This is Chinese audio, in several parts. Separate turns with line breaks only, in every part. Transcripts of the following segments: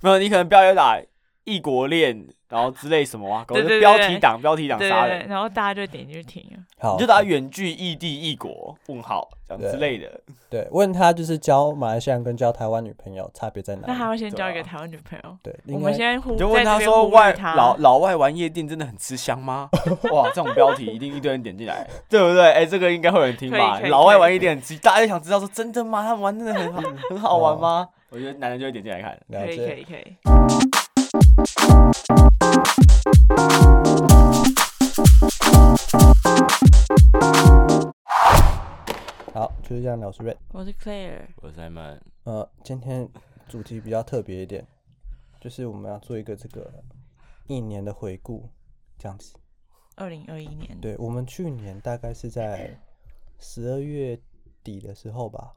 没有，你可能标题打异国恋，然后之类什么啊，搞
对
得
对对
标
对
题党标题党
对对
杀人
对，。然后大家就点进去听了。
好，
你就打远距异地异国问号这样
对
之类的，
对，问他就是交马来西亚跟交台湾女朋友差别在哪里？
那他要先交一
对
个
啊
台湾女朋友。
对，
我
应
们
该
现在忽
你就问他说外老老外玩夜店真的很吃香 吗？哇，这种标题一定一堆人点进来，对不对？哎、这个应该会有人听吧
可以？可以
老外玩夜店很吃，大家就想知道说真的吗？他们玩真的 很好很好玩
哦
吗？我觉得男人就会点进来看。
了
可以可
解。
以可以，
好，就是这样，老师瑞。
我是 Claire，
我是 Simon，
呃，今天主题比较特别一点，就是我们要做一个这个一年的回顾，这样子。
二零二一年
对，我们去年大概是在十二月底的时候吧，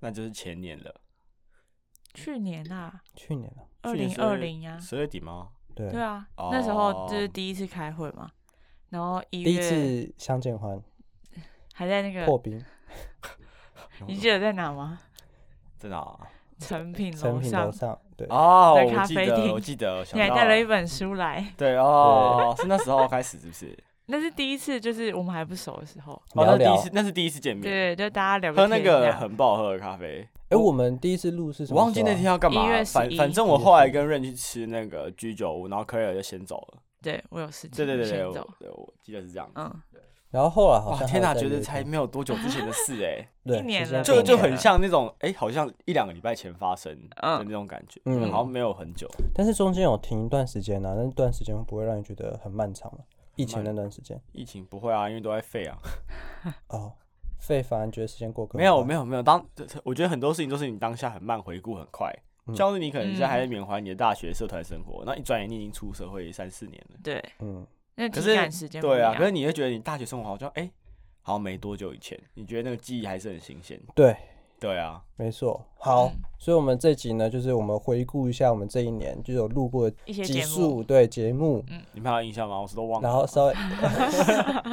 那就是前年了，
去年啊，
去年了。
二零二零啊，
十二月底吗？
对，
对啊，
哦
那时候就是第一次开会嘛，然后一
第一
月
次相见欢，
还在那个，
破冰，
你记得在 哪吗？
在哪啊？
成品
成
楼
品
上
楼，上，对，
哦，
在
我
咖
记
啡
得，
厅
我记得，我想
你还
到
带了一本书来，
对哦，是那时候开始是不 是？
那是第一次，就是我们还不熟的时候，
哦，那
聊
是第
聊
一。次，那是第一次见面，
对，就大家聊个
喝那
天这
个
样
很不好喝的咖啡。
哎，我们第一次录是什
我
么时候啊？
忘记那天要干嘛
1
了，
月
反
11
反正我后来跟 Rain 去吃那个居酒屋，然后 Clare 就先走了。
对我有事情，
对对对
我
对，
先
我
走，
对我记得是这样。
嗯，
然后后来哦好
哇，
像
天哪，
哪，
觉得才没有多久之前的 事哎，
对
一年
时间
了
这
过
个
对
就
了
很像那种哎，好像一两个礼拜前发生的
嗯
那种感觉，
嗯
好像没有很久。
但是中间有停一段时间呢、啊，那段时间会不会让你觉得很漫长吗？疫情那段时间
疫情不会啊，因为都在废啊。
哦，废反而觉得时间过更
没有
有，
没有没有，当 我觉得很多事情都是你当下很慢回顾很快，
嗯
像是你可能现在
嗯
还在缅怀你的大学社团生活，那一转眼你已经出社会三四年了。
对，
嗯，
那
可
体
是
感时间不
对啊，
一样
可是你会觉得你大学生活好像哎、好像没多久以前，你觉得那个记忆还是很新鲜。
对，
对啊，
没错。好，
嗯
所以我们这集呢，就是我们回顾一下我们这一年就有录过的
一些
集
节目嗯
数，对节目，
你们还有印象吗？我是都忘了。
然后稍 微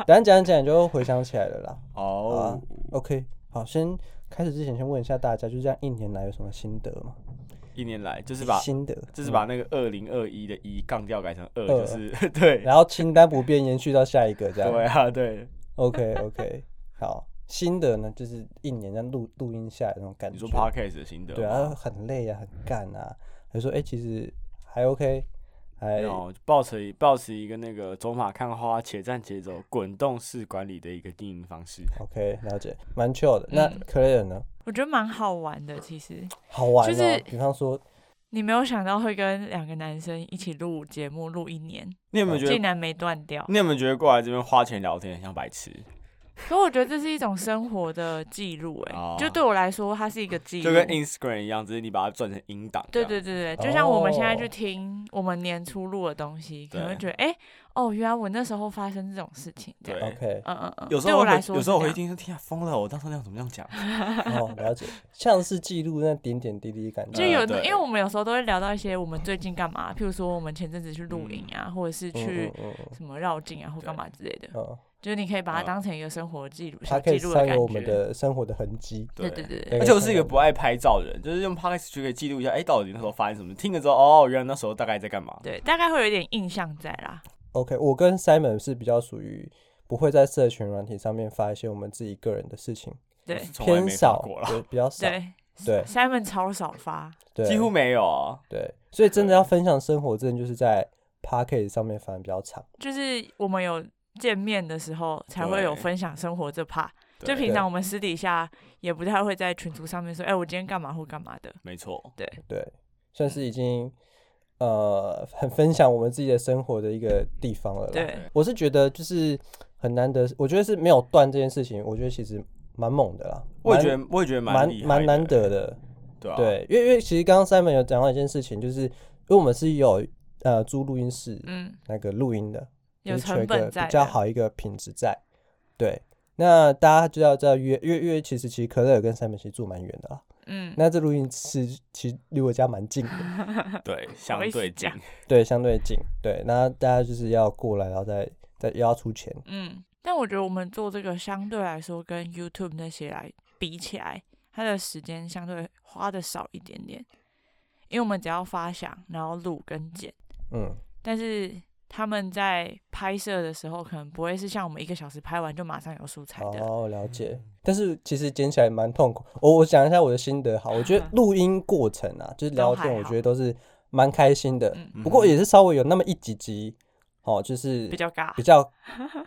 等一下讲一讲你就回想起来了啦。好啊
哦，
OK，好，先开始之前先问一下大家，就这样一年来有什么心得吗？
一年来就是把
心得，嗯
就是把那个二零二一的一杠掉改成二，
二
就是 对
然后清单不变，延续到下一个这样。
对啊对。
OK OK，好， 新的呢就是一年这样录录音下来那种感觉。
你说 podcast 的心得吗，
对啊，很累啊，很干啊。还说哎、其实还 OK，还
然后抱持抱持一个那个走马看花、且战且走、滚动式管理的一个经营方式。
OK，了解，蛮 chill 的。那
嗯
Clare 呢？
我觉得蛮好玩的，其实
好玩哦、
就是
比方说，
你没有想到会跟两个男生一起录节目，录一年，
你有没有觉
竟
得？嗯
然没断掉。
你有没有觉得过来这边花钱聊天很像白痴？
可我觉得这是一种生活的记录，
哦
哎，就对我来说，它是一个记录
就。跟 Instagram 一样，只是你把它转成音档这
对
样。
对对对，就像我们现在
哦
去听我们年初录的东西，可能会
对
觉得，哎，哦，原来我那时候发生这种事情，这样。
对
OK，
嗯嗯嗯，
有时
对
候
我
我
来
会
说，
有时候我会，听说天啊疯了，我当时那样怎么这样 讲？
哦，了解，像是记录那点点滴滴感
就
觉。
嗯
有
对
因为我们有时候都会聊到一些我们最近干嘛，譬如说我们前阵子去露营啊，或者是去
嗯嗯嗯
什么绕境啊或干嘛之类的，
嗯嗯，
就是你可以把它
嗯
当成一个生活记录、
它
小
可以
记录的
上
感
有我们
觉。
的生活的痕迹。
对对对对，
对
而且我是一个不爱拍照的人，就是用 podcast 就可以记录一下，哎、到底那时候发生什么？听了之后，哦，原来那时候大概在干嘛？
对，大概会有一点印象在啦。
OK，我跟 Simon 是比较属于不会在社群软体上面发一些我们自己个人的事情，
对
是从来
偏
没发
少
过，了，
对，比较少，
对
对
，Simon 超少发，
对，
几乎没有啊。
对，所以真的要分享生活，真的就是在 p a c k a g e 上面反而比较长。
就是我们有见面的时候才会有
对
分享生活这 part。就
对
平常我们私底下也不太会在群组上面说，哎、我今天干嘛或干嘛的。
没错，
对，算是已经呃很分享我们自己的生活的一个地方了。
对，，
我是觉得就是很难得，我觉得是没有断这件事情，我觉得其实蛮猛的啦，
我也
蛮
觉得，我也觉得
蛮
厉害
蛮难
的，
得的。
对啊，
对，因为因为其实刚刚 Simon 有讲到一件事情，就是因为我们是有呃租录音室
嗯，
那个录音的，
有
就是求
成
一个
本在的，
比较好一个品质在。对，那大家就要知道约约约，其实其实可乐跟三本其实住蛮远的啦。
嗯，
那这录音室其实离我家 蛮近的，
对，相对近，
对，相对近。对，那大家就是要过来，然后再再又要出钱。
嗯，但我觉得我们做这个相对来说跟 YouTube 那些来比起来，它的时间相对花的少一点点，因为我们只要发想，然后录跟剪，
嗯，
但是他们在拍摄的时候，可能不会是像我们一个小时拍完就马上有素材的。嗯
哦，了解。但是其实剪起来蛮痛苦。我我讲一下我的心得好，我觉 得录音过程啊，就是聊
都还
天，我
好
觉得都是蛮开心的。
嗯，
不过也是稍微有那么一几集，哦，就是
比较尬
比， 较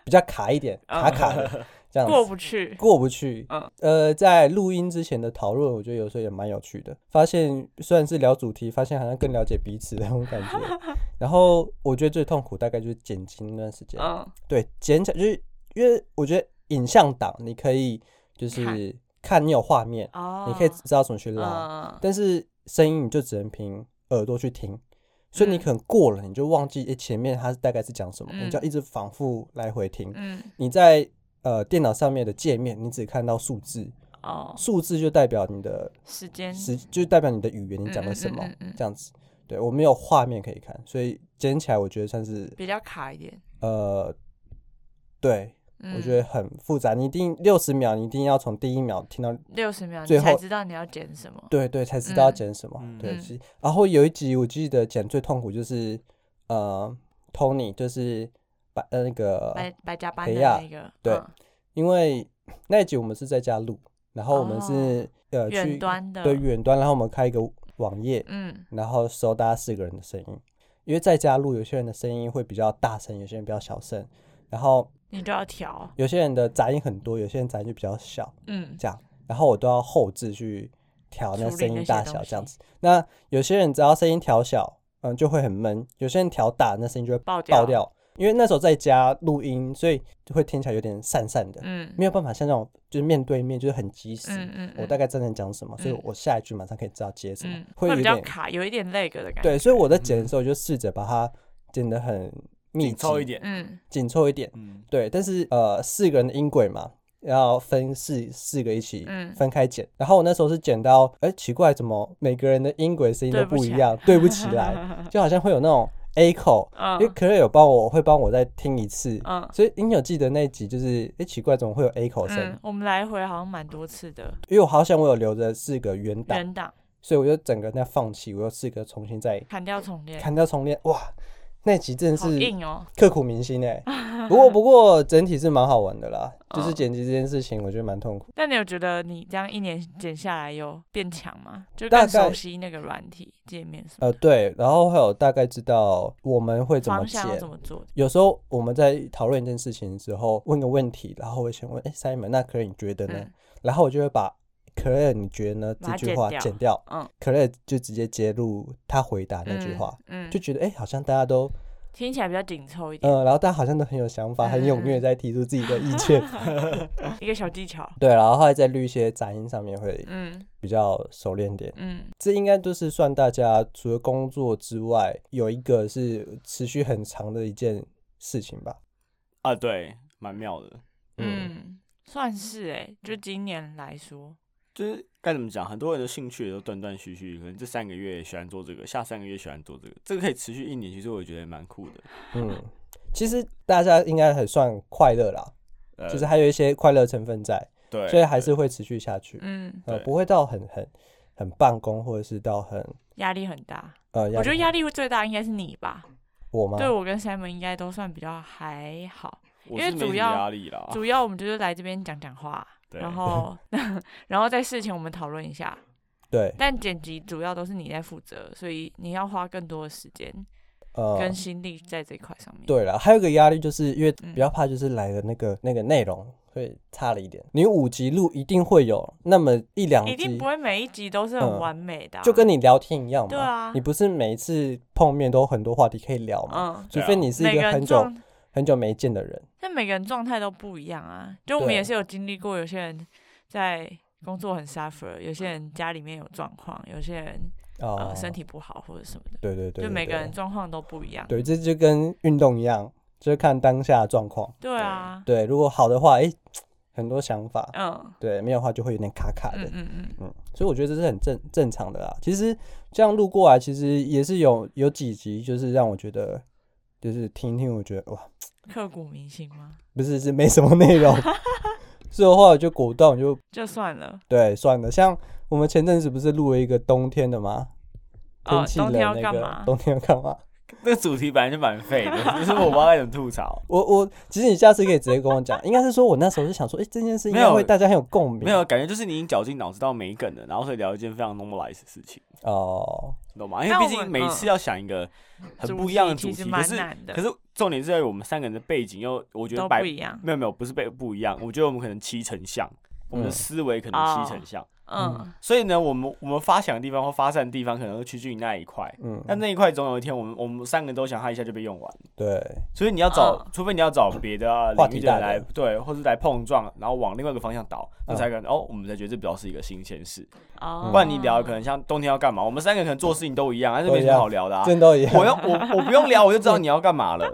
比较卡一点，卡卡的这样
嗯过
子。
不去。
过不去，
嗯
呃，在录音之前的讨论，我觉得有时候也蛮有趣的。发现虽然是聊主题，发现好像更了解彼此的那种感觉。 然后我觉得最痛苦大概就是剪辑那段时间，
嗯，
对，剪起来就是因为我觉得影像档你可以就是看你有画面，
哦，
你可以知道怎么去拉，
嗯，
但是声音你就只能凭耳朵去听，所以你
嗯
可能过了你就忘记诶前面它大概是讲什么，你
嗯
就要一直反复来回听。
嗯，
你在呃电脑上面的界面，你只看到数字，
哦，
数字就代表你的
时间，
时，就代表你的语言你讲了什么
嗯嗯嗯嗯嗯
这样子。对我没有画面可以看，所以剪起来我觉得算是
比较卡一点。
呃对。
嗯、
我觉得很复杂。你一定六十秒，你一定要从第一秒听到，
六十秒
最
你
后
才知道你要剪什么。
对对，才知道要
嗯
剪什么。
嗯
对，
嗯
其实然后有一集我记得剪最痛苦就是呃，Tony 就是把呃那个，
白白加班
培
的
亚
那个，
对
嗯
因为那一集我们是在家录，然后我们是、呃
哦远、
去
端的，
对远端，然后我们开一个网页，
嗯
然后收大家四个人的声音，因为在家录有些人的声音会比较大声，有些人比较小声，然后
你就要调，
有些人的杂音很多，有些人杂音就比较小。
嗯
这样，然后我都要后置去调那
处理
声音
那些
大小
东
这样
西
子。那有些人只要声音调小，嗯，就会很闷；有些人调大，那声音就会
爆
爆掉。因为那时候在家录音，所以就会听起来有点散散的，
嗯
没有办法像那种就是面对面就是很及时。
嗯嗯，
我大概知道你讲什么，所以
嗯
我下一句马上可以知道接什么，
嗯
会有
比较
点
卡，嗯有一点那个的感觉，
对。所以我在剪的时候，就试着把它剪得很密
紧
集
凑一，点，
嗯
紧凑一点。
嗯，
对，但是呃，四个人的音轨嘛，要分四四个一起
嗯
分开剪。然后我那时候是剪到，哎、奇怪，怎么每个人的音轨声音都
对不
不
起
一
来
样，对不起来， 就好像会有那种 A 口，因为
嗯
可乐有帮我会帮我再听一次，
嗯
所以你有记得那一集就是，哎、奇怪，怎么会有 A 口声？
嗯，我们来回好像蛮多次的
因为我好想我有留着四个原档，
原档，
所以我就整个那放弃，我又四个重新再
砍掉重练，
砍掉重练，哇，那集真的
好
是
硬哦，
刻骨铭心 哎、不过不过整体是蛮好玩的啦，就是
嗯
剪辑这件事情，我觉得蛮痛苦。
但你有觉得你这样一年剪下来有变强吗？就
大
更熟
概
悉那个软体界面什么
呃，
的，
对，然后还有大概知道我们会怎么
方向要
剪
怎。么做？
有时候我们在讨论一件事情之后，问个问题，然后我先问，哎、塞 Simon，那可乐你觉得呢？
嗯
然后我就会把可乐你觉得呢
把
这
它
句
剪
话
掉
剪掉，
嗯，
可乐就直接接入他回答那句话，
嗯，
就
嗯，
觉得哎、诶好像大家都
听起来比较紧凑一点，
呃，然后大家好像都很有想法，很踊
嗯
跃
嗯嗯
在提出自己的意 见。
一个小技巧，
对，然后后来在录一些杂音上面会
嗯
比较熟练点。
嗯
这应该都是算大家除了工作之外，有一个是持续很长的一件事情吧。
啊，对，蛮妙的，
嗯，
嗯，算是哎，就今年来说，
就是该怎么讲，很多人的兴趣也都断断续续，可能这三个月喜欢做这个，下三个月喜欢做这个，这个可以持续一年，其实我觉得蛮酷的。
嗯，其实大家应该很算快乐啦，
呃，
就是还有一些快乐成分在，
对，
所以还是会持续下去。
嗯，
呃，
对
不会到很很很办公，或者是到很
压力很大。
呃，
我觉得
压
压力最大应该是你吧，
我吗？
对我跟 Simon 应该都算比较还好，
对我
因为
是没
主
什么
要
压力啦，
主要我们就是来这边讲讲话，
对
然后 然后在事情我们讨论一下，
对，
但剪辑主要都是你在负责，所以你要花更多的时间
呃，
跟心力在这一块上面。
对了，还有一个压力就是因为
嗯
比较怕就是来的那个、那个内容会差了一点。你五集录一定会有那么一两集，
一定不会每一集都是
嗯
很完美的啊、
就跟你聊天一样嘛。
对啊
你不是每一次碰面都有很多话题可以聊嘛？
嗯，
除
对啊
非你是
每
一
个
个
人
很久
状
很久没见的人。
但每个人状态都不一样啊。就我们
对
也是有经历过，有些人在工作很 suffer，有些人家里面有状况，有些人
哦，
呃身体不好或者什么的，
对对对，
就
对
每个
对
人状况都不一样。
对，这就跟运动一样，就是看当下的状况。
对啊，
对，如果好的话，哎，很多想法；
嗯
对，没有的话就会有点卡卡的。
嗯嗯嗯，
嗯，所以我觉得这是很正正常的啦。其实这样录过来，其实也是有有几集，就是让我觉得，就是听一听，我觉得哇，
刻骨铭心吗？
不是是没什么内 容。所以后来就果断我就
就算了，
对，算了。像我们前阵子不是录了一个冬天的吗？
哦
天气
冬
冷
天要
那
干
个
嘛
冬天要干嘛？
那个主题本来就蛮废的， 只是我不知道该怎么吐槽。
我我其实你下次可以直接跟我讲，应该是说我那时候是想说，哎、这件事应
没
该
有
会大家很有共鸣。
没有感觉，就是你已经绞尽脑汁到没梗了，然后所以聊一件非常 normalize 的事情，
哦，
你懂吗？因为
但
毕
我
竟
们
每
嗯
次要想一个很不一样的主
其
题，
实
可
蛮
是
难的，
可是重点是在于我们三个人的背景又我觉得
都
百
不一样。
没有没有不是被不一样，我觉得我们可能七成像，我们的
嗯哦
思维可能七成像，
嗯，
所以呢，我们我们发想的地方或发散的地方可能会趋近于那一块，
嗯，
但那一块总有一天我们我们三个都想，它一下就被用完。
对，
所以你要找，
嗯
除非你要找别的啊
啊话
领
题
域的人
大
来
的
对，或是来碰撞，然后往另外一个方向导，那
嗯
才可能、哦，我们才觉得这比较是一个新鲜事。
哦，
不然你聊可能像冬天要干嘛，我们三个可能做事情都一样，但是没什么好聊的啊。
真都一 样。
我要我我不用聊，我就知道你要干嘛 了，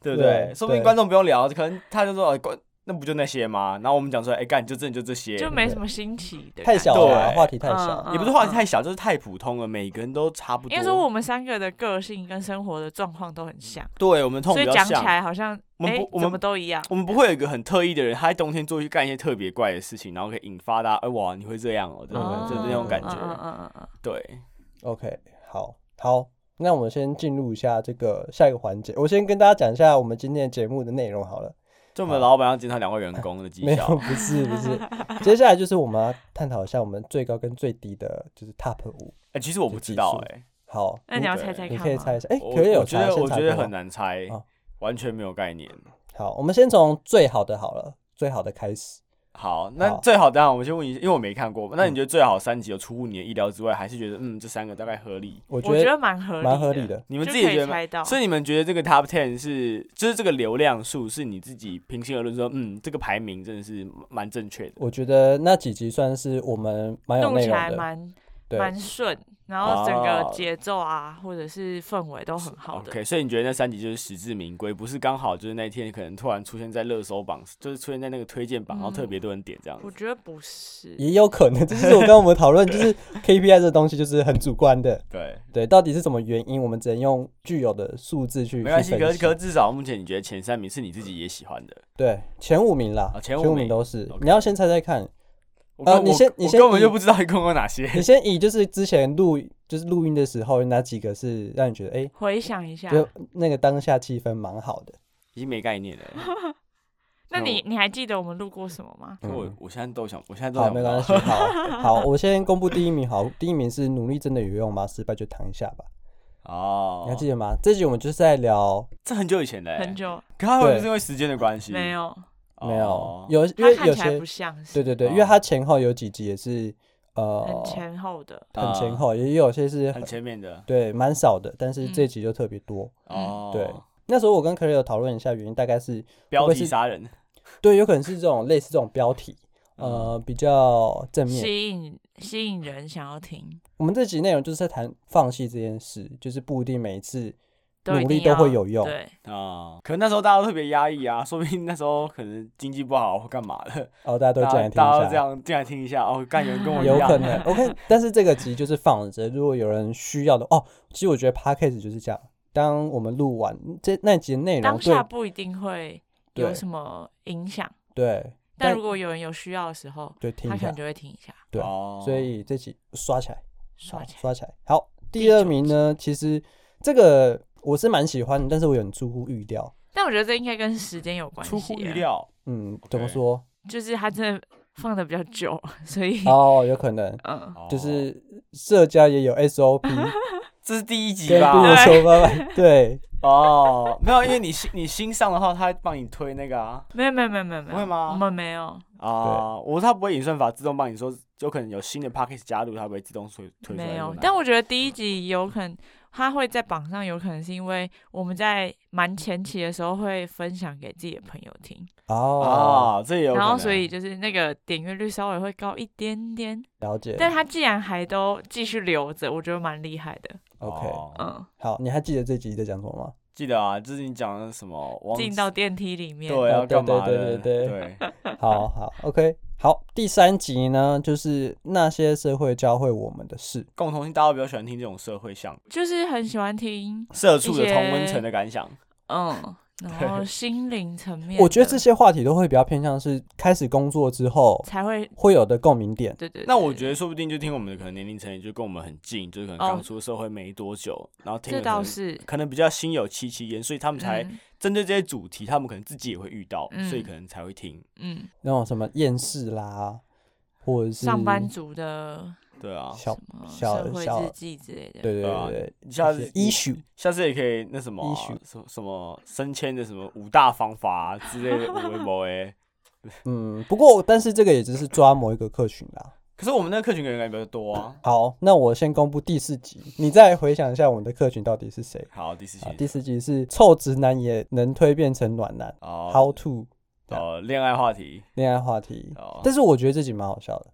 对不对？
对
说不定
对
观众不用聊，可能他就说哎观那不就那些吗？然后我们讲出来，哎、干就真的就这些，
就没什么新奇的，
太小了啊，
对
话题太小。
嗯
也不是话题太小，就是太普通了，每个人都差不多。
应该说我们三个的个性跟生活的状况都很像，
对我们痛
所
比
以
较
讲起
像。
来好像
我们
哎
不我们
怎么都一样。
我们不会有一个很特意的人，他在冬天做去干一些特别怪的事情，然后可以引发大家，哎、哇，你会这样哦、对
哦
对？就是那种感觉，
嗯嗯嗯嗯
啊
对，
OK，好，好，那我们先进入一下这个下一个环节。我先跟大家讲一下我们今天的节目的内容好了。
就我们老板要检讨两位员工的绩
没有，
效，
不是不是。 接下来就是我们要探讨一下我们最高跟最低的，就是 Top 五。
哎、其实我不知道、哎，
好，
那你要猜猜
你
看
可以
吗？
猜一下，哎、
我
可以有
我觉
查
得
先
我
查
觉得
过
很
吗
难猜
哦，
完全没有概念。
好，我们先从最好的好了，最好的开始。
好，那
好嗯
最好当然我先问一下，因为我没看过，那你觉得最好三集有出乎你的意料之外，还是觉得嗯这三个大概合理？
我
我觉
得
得蛮合理，
蛮合理，的。
你们
就
自己
可以
觉得吗
猜到
所以你们觉得这个 top ten 是，就是这个流量数是你自己平心而论说，嗯，这个排名真的是蛮蛮正确的。
我觉得那几集算是我们蛮有
弄
内
起
容
来
的，
蛮
对，
蛮顺，然后整个
哦
节奏啊，或者是氛围都很好的。
OK，所以你觉得那三集就是实至名归，不是刚好就是那一天可能突然出现在热搜榜，就是出现在那个推荐榜，然后特别多人点这样
我
子。
觉得不是，
也有可能。这就是我跟我们讨论，就是 KPI 这东西就是很主观的，
对，
对，到底是什么原因，我们只能用具有嗯的数字去
没关系，
去分
可
析
可至少目前你觉得前三名是你自己也喜欢的。
对前五名啦
啊，前
前
五
五
名
都是
OK。
你要先猜猜看，
我
啊
根
你
我
先你
我
先
根本就
以
不知道一共有哪些。
你先以就是之前录就是录音的时候，哪几个是让你觉得哎，
回想一下，
就那个当下气氛蛮好的。
已经没概念了欸。
那你你还记得我们录过什么吗？
可我
嗯
我现在都想，我现在都
好，
想
没
不
关
到。
系。 好，好，我先公布第一名。好，第一名是努力真的有用吗？失败就躺一下吧。你还
哦，
记得吗？这集我们就是在聊，
这很久以前的欸，
很久
可他会不
对
是因为时间的关系？
没有，
没有
哦，
有因
他
为
看
有
起来
些
不像是
对对对，
哦
因为它前后有几集也是
很
呃
前后的。
很前
啊
后，也有些是
很
很
前面的
对蛮少的，但是
嗯
这集就特别多。
哦。
嗯对，那时候我跟 c a r 有讨论一下原因，大概是
标
会
题
是
杀人，
对，有可能是这种类似这种标题，
嗯
呃，比较正面。
吸引吸引人想要听，
我们这集内容就是在谈放弃这件事，就是不一定每一次
一
努力
定
都
要
会有用
对，
啊、可能那时候大家都特别压抑啊，说不定那时候可能经济不好或干嘛的，
哦，大家都
大
进
家
来听
大家
一
都这
下。
样进来听一下哦，干有人跟我一样，啊
有可 能，OK，但是这个集就是放着，如果有人需要的哦，其实我觉得 podcast 就是这样，当我们录完这那集的内容，
当下
对
不一定会有
对
什么影响，
对
但
但
如果有人有需要的时候，
对，听
他
一
可
下
能，就会听一下，
对
哦
所以这集刷起来，
刷
好
起来。
刷起来。好，
第
第二
九
名呢，其实这个我是蛮喜欢的，但是我有点出乎预料，
但我觉得这应该跟时间有关系，啊
出乎预，料，
嗯，怎么
OK
说？
就是他真的放的比较久， 所以
哦，有可能
嗯，
哦
就是社交也有 SOP
这是第一集
跟
吧
不？如说拜拜。对，
哦，没有，因为你新你新上的话，他会帮你推那个啊
没有没有没有没有没有，
会吗
我们没有
啊，我他不会演算法自动帮你说，有可能有新的 package 加入，它不会自动推推出来
没
说
有
哪，
但我觉得第一集有可能他会在榜上，有可能是因为我们在蛮前期的时候会分享给自己的朋友听，
哦，
啊，这也有可能，
然后所以就是那个点阅率稍微会高一点点，
了解。
但他既然还都继续留着，我觉得蛮厉害的。
OK，
哦
嗯，
好，你还记得这集在讲什么吗？
记得啊，就是你讲的什么，忘记
嗯进到电梯里面，
对要
哦对
干嘛
对
的，
对对
对，
好好，OK，好，第三集呢，就是那些社会教会我们的事。
共同性大家比较喜欢听这种社会向
就是很喜欢听，
社畜
一
的
些
同温层的感想。
嗯， 然后心灵层面的，
我觉得这些话题都会比较偏向是开始工作之后
才会
会有的共鸣点。
对对。
那我觉
得
得说不定就听我们的可能年龄层也就跟我们很近，就是可能
哦
刚出社会没多久，然后听
这
了可能
倒是，
可能比较心有戚戚焉，所以他们才
嗯
针对这些主题，他们可能自己也会遇到，
嗯
所以可能才会听。
嗯，
那种什么厌世啦，或者是
上班族的
对啊，
小
什么
小
社会
小
日记之类的，
对对
对啊
对对，
你下次
一些 issue
下次也可以那什么啊、
Issue
什么什么升迁的什么五大方法、啊、之类的五微博哎。
嗯，不过但是这个也只是抓某一个客群啦。
可是我们那个客群人感觉比较多啊。
好，那我先公布第四集，你再回想一下我们的客群到底是谁。
好，第四
啊
期，
第四集是臭直男也能蜕变成暖男
哦
，How to
哦，恋爱话题
恋爱话题。
哦，
但是我觉得这集蛮好笑的，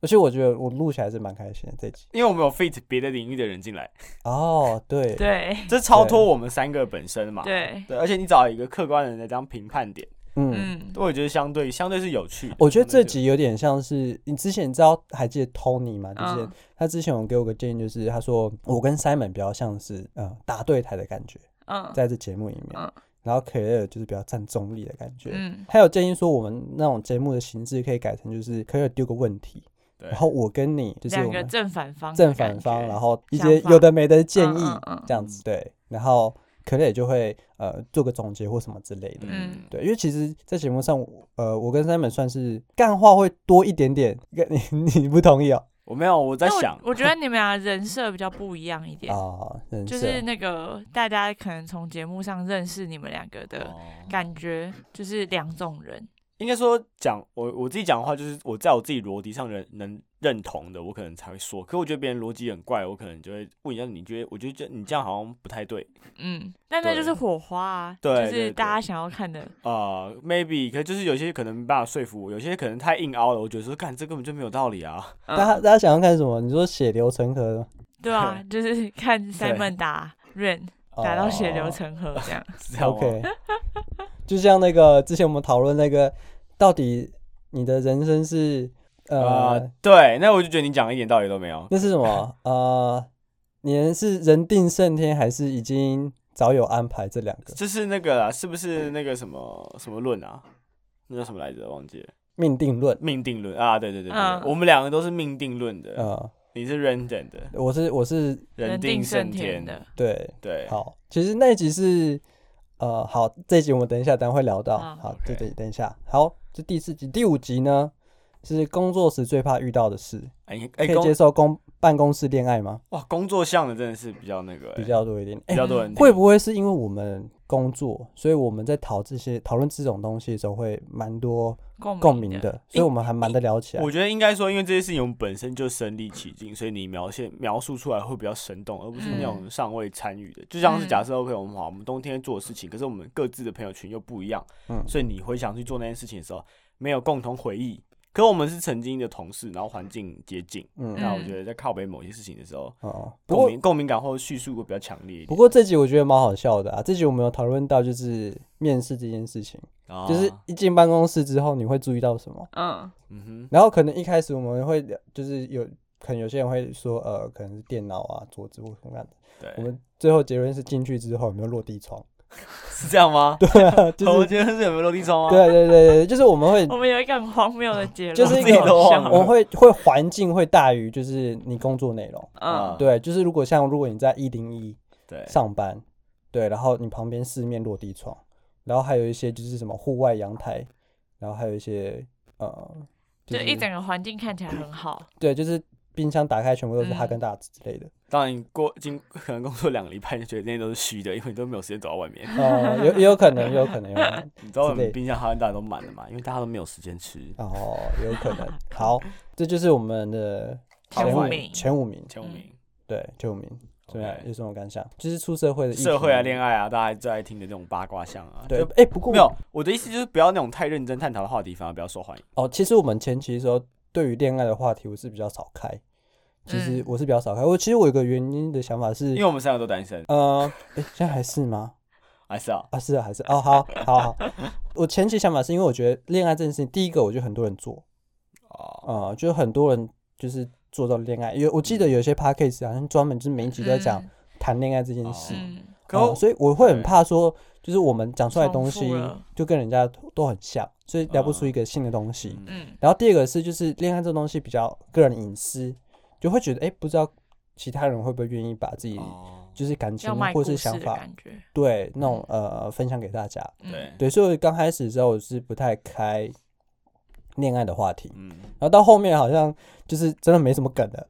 而且我觉得我录起来是蛮开心的这集。
因为我们有 fit 别的领域的人进来，
哦，对，
对
这超脱我们三个本身嘛。
对，
对，而且你找一个客观的人来当评判点，
嗯，
嗯，
我也觉得相对相对是有趣的。
我觉得这
相对是有
集有点像是你之前你知道还记得 Tony 吗？之前
嗯
他之前有给我个建议，就是他说我跟 Simon 比较像是呃打对台的感觉，
嗯
在这节目里面
嗯，
然后 c a r e 就是比较站中立的感觉。
嗯
还有建议说，我们那种节目的形式可以改成就是 c a r e 丢个问题，
对
然后我跟你就
嗯
是
两
我
个
们
正反方的
正反
感
方，
觉
然后一
想
些
法
有的没的建
嗯
议
嗯嗯
这样子，对，然后可能也就会呃做个总结或什么之类的。
嗯
对，因为其实，在节目上，呃，我跟 Simon 算是干话会多一点点，跟你你 不同意哦
我没有，我在
但我
想，
我觉得你们俩人设比较不一样一点，
啊，人
就
设
是那个大家可能从节目上认识你们两个的
哦
感觉，就是两种人。
应该说讲我我自己讲的话，就是我在我自己逻辑上能能认同的，我可能才会说。可我觉得别人逻辑很怪，我可能就会问一下，你觉得？我觉得这你这样好像不太对
嗯，但那
对
就是火花啊，
对
就
对
是
对
大家想要看的，
啊、m a y b e 可就是有些可能没办法说服我，有些可能太硬凹了，我觉得说干这根本就没有道理啊。
大家
嗯、
大家想要看什么？你说血流成河吗，
对啊，就是看 Simon 打 Rain 打到哦血流
哦
成河这 样，
是这样吗
OK，就像那个之前我们讨论那个，到底你的人 生是
啊、
呃，
对，那我就觉得你讲的一点道理都没有。
那是什么？呃，你是人定胜天，还是已经早有安排？这两个
就是那个啦，是不是那个什么什么论啊？那叫什么来着？忘记了。
命定论。
命定论啊，对对对对，
嗯
我们两个都是命定论的。
呃，
你是 random 的，
我是我是
人
定
胜
天的。
对，
对，
好，其实那一集是，呃，好，这一集我们等一下，等一下会聊到。
好
好，
OK
对对，等一下。好，这第四集、第五集呢，是工作时最怕遇到的事。
哎、哎、
可以接
工
受公办公室恋爱吗？
哇，工作项的真的是比较那个、哎
比较多一点。哎、
比较多人听
会不会是因为我们工作，所以我们在讨这些讨论这种东西的时候，会蛮多
共
共
鸣
鸣的，所以我们还蛮得啊聊起来
我。觉得应该说，因为这些事情我们本身就身临其境，所以你描写描述出来会比较生动，而不是那种尚未参与的。就像是假设 OK，我们好，我们冬天做的事情，可是我们各自的朋友群又不一样，
嗯
所以你回想去做那件事情的时候，没有共同回忆。可我们是曾经的同事，然后环境接近，
嗯
那我觉得在靠北某些事情的时候，
哦、不
共
过
鸣共鸣感或者叙述会比较强烈一
不
点。
过这集我觉得蛮好笑的啊。这集我们有讨论到就是面试这件事情，
啊
就是一进办公室之后，你会注意到什么？
嗯
嗯
然后可能一开始我们会聊，就是有可能有些人会说，呃，可能是电脑啊、桌子或什么样的。
哼，
我
对，
们最后结论是进去之后有没有落地窗？
是这样吗？哦
对啊，就
我
是
觉得是有没有落地窗啊？
对对对对，就是我 们会，
我们有一个很荒谬的结论，
就是一
自己
个
都忘了
我们会会环境会大于就是你工作内容。
啊
嗯，
对，就是如果像如果你在一零一
对，
上班，对，然后你旁边四面落地窗，然后还有一些就是什么户外阳台，然后还有一些呃，
就是一整个环境看起来很 好，
对，就是冰箱打开全部都是
嗯
哈根达斯之类的。
当你过经可能工作两个礼拜，你就觉得那些都是虚的，因为你都没有时间走到外
嗯
面。
呃，有也有可能，也有可能，有 可能
你知道我
之
们
类
冰箱哈根达斯都满了嘛？因为大家都没有时间吃。
哦，也有可能。好，这就是我们的
前
五
五
名
前五名，
前五名，
对，前五名，怎么样？
OK
有什么感想？就是出社会的
社会啊，
爱，
恋爱啊，大家最爱听的这种八卦项啊。
对
就，
哎，不过
没有，我的意思就是不要那种太认真探讨的话题，反而比较受欢迎。
哦，其实我们前期的时候，对于恋爱的话题，我是比较少开。其实
嗯
我是比较少开，我其实我有个原因的想法
因
是
为，我们三个都单身，
呃，哎，现在还是吗？
还是啊，
啊，是啊，还是哦，好，好，好。我前期想法是因为我觉得恋爱这件事情，第一个我觉得很多人做，
哦，
啊，就是很多人就是做到恋爱，因为我记得有些 p a c k a g e 好像专门就是每一集都在讲
嗯
谈恋爱这件事。
嗯
可
哦，所以我会很
对
怕说，就是我们讲出来的东
重
西
复了
就跟人家都都很像，所以聊不出
嗯
一个新的东西。
嗯
嗯，
然后第二个是，就是恋爱这东西比较个人隐私，就会觉得哎、诶不知道其他人会不会愿意把自己
哦，
就是感情啊
要卖
或
故事
是想
的
法
感觉，
对那种呃分享给大家。
嗯
对，
对，所以我刚开始的时候我是不太开恋爱的话题，
嗯，
然后到后面好像就是真的没什么梗 了，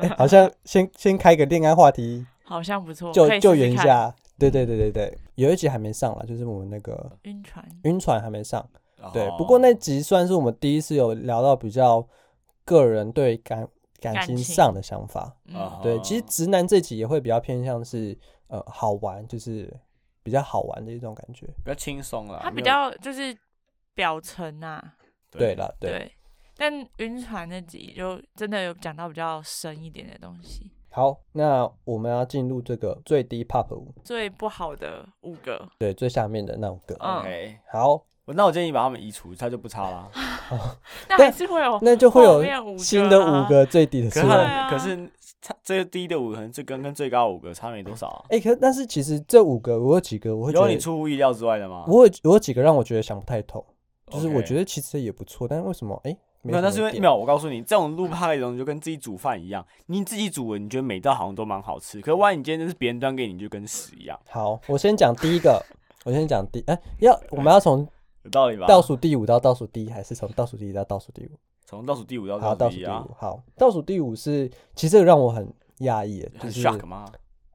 哎、好像先先开个恋爱话题
好像不错，可
救
以
救
试试
援一
看
下。对对对对对，有一集还没上了，就是我们那个
晕船，
啊
晕船还没上。对，不
哦
过那集算是我们第一次有聊到比较个人对感感
感
情
情
上的想法。
啊
嗯，
对，其实
哦
直男这集也会比较偏向是呃好玩，就是比较好玩的一种感觉。
比较轻松啦，
它
没
比
有
较就是表层啊，
对了，对，
对。但晕船那集就真的有讲到比较深一点的东西，
好，那我们要进入这个最低 pop 舞，
最不好的五个，
对，最下面的那首歌。
嗯
OK，
好，
我那我建议把他们移除，他就不差啦。
那
对
还是会有
那就会
后
有
面五个
新的五
啊
个最低的
可
出
是他
对
的、
来。
啊
可是他最低的五个跟最跟跟最高的五个差没多少、啊。
哎、可但是其实这五个我有几个我会觉
有你
得，
出乎意料之外的吗？
我有我有几个让我觉得想不太透，就是我
OK
觉得其实也不错，但是为什么哎、
没有，
什么
但是因为
点
没有，我告诉你，这种录趴的东西就跟自己煮饭一样，你自己煮的，你觉得每道好像都蛮好吃，可是万一你今天是别人端给你，你就跟屎一样，
好，我先讲第一个，我先讲第哎、要我们要从
有道理吧？
倒数第五到倒数第一，还是从倒数第一到倒数第五？
从倒数第五到
好，
倒数
倒
第
数
一
第
啊
五，，好，倒数第五是其实这个让我很讶异耶，就
很
是
shock 吗？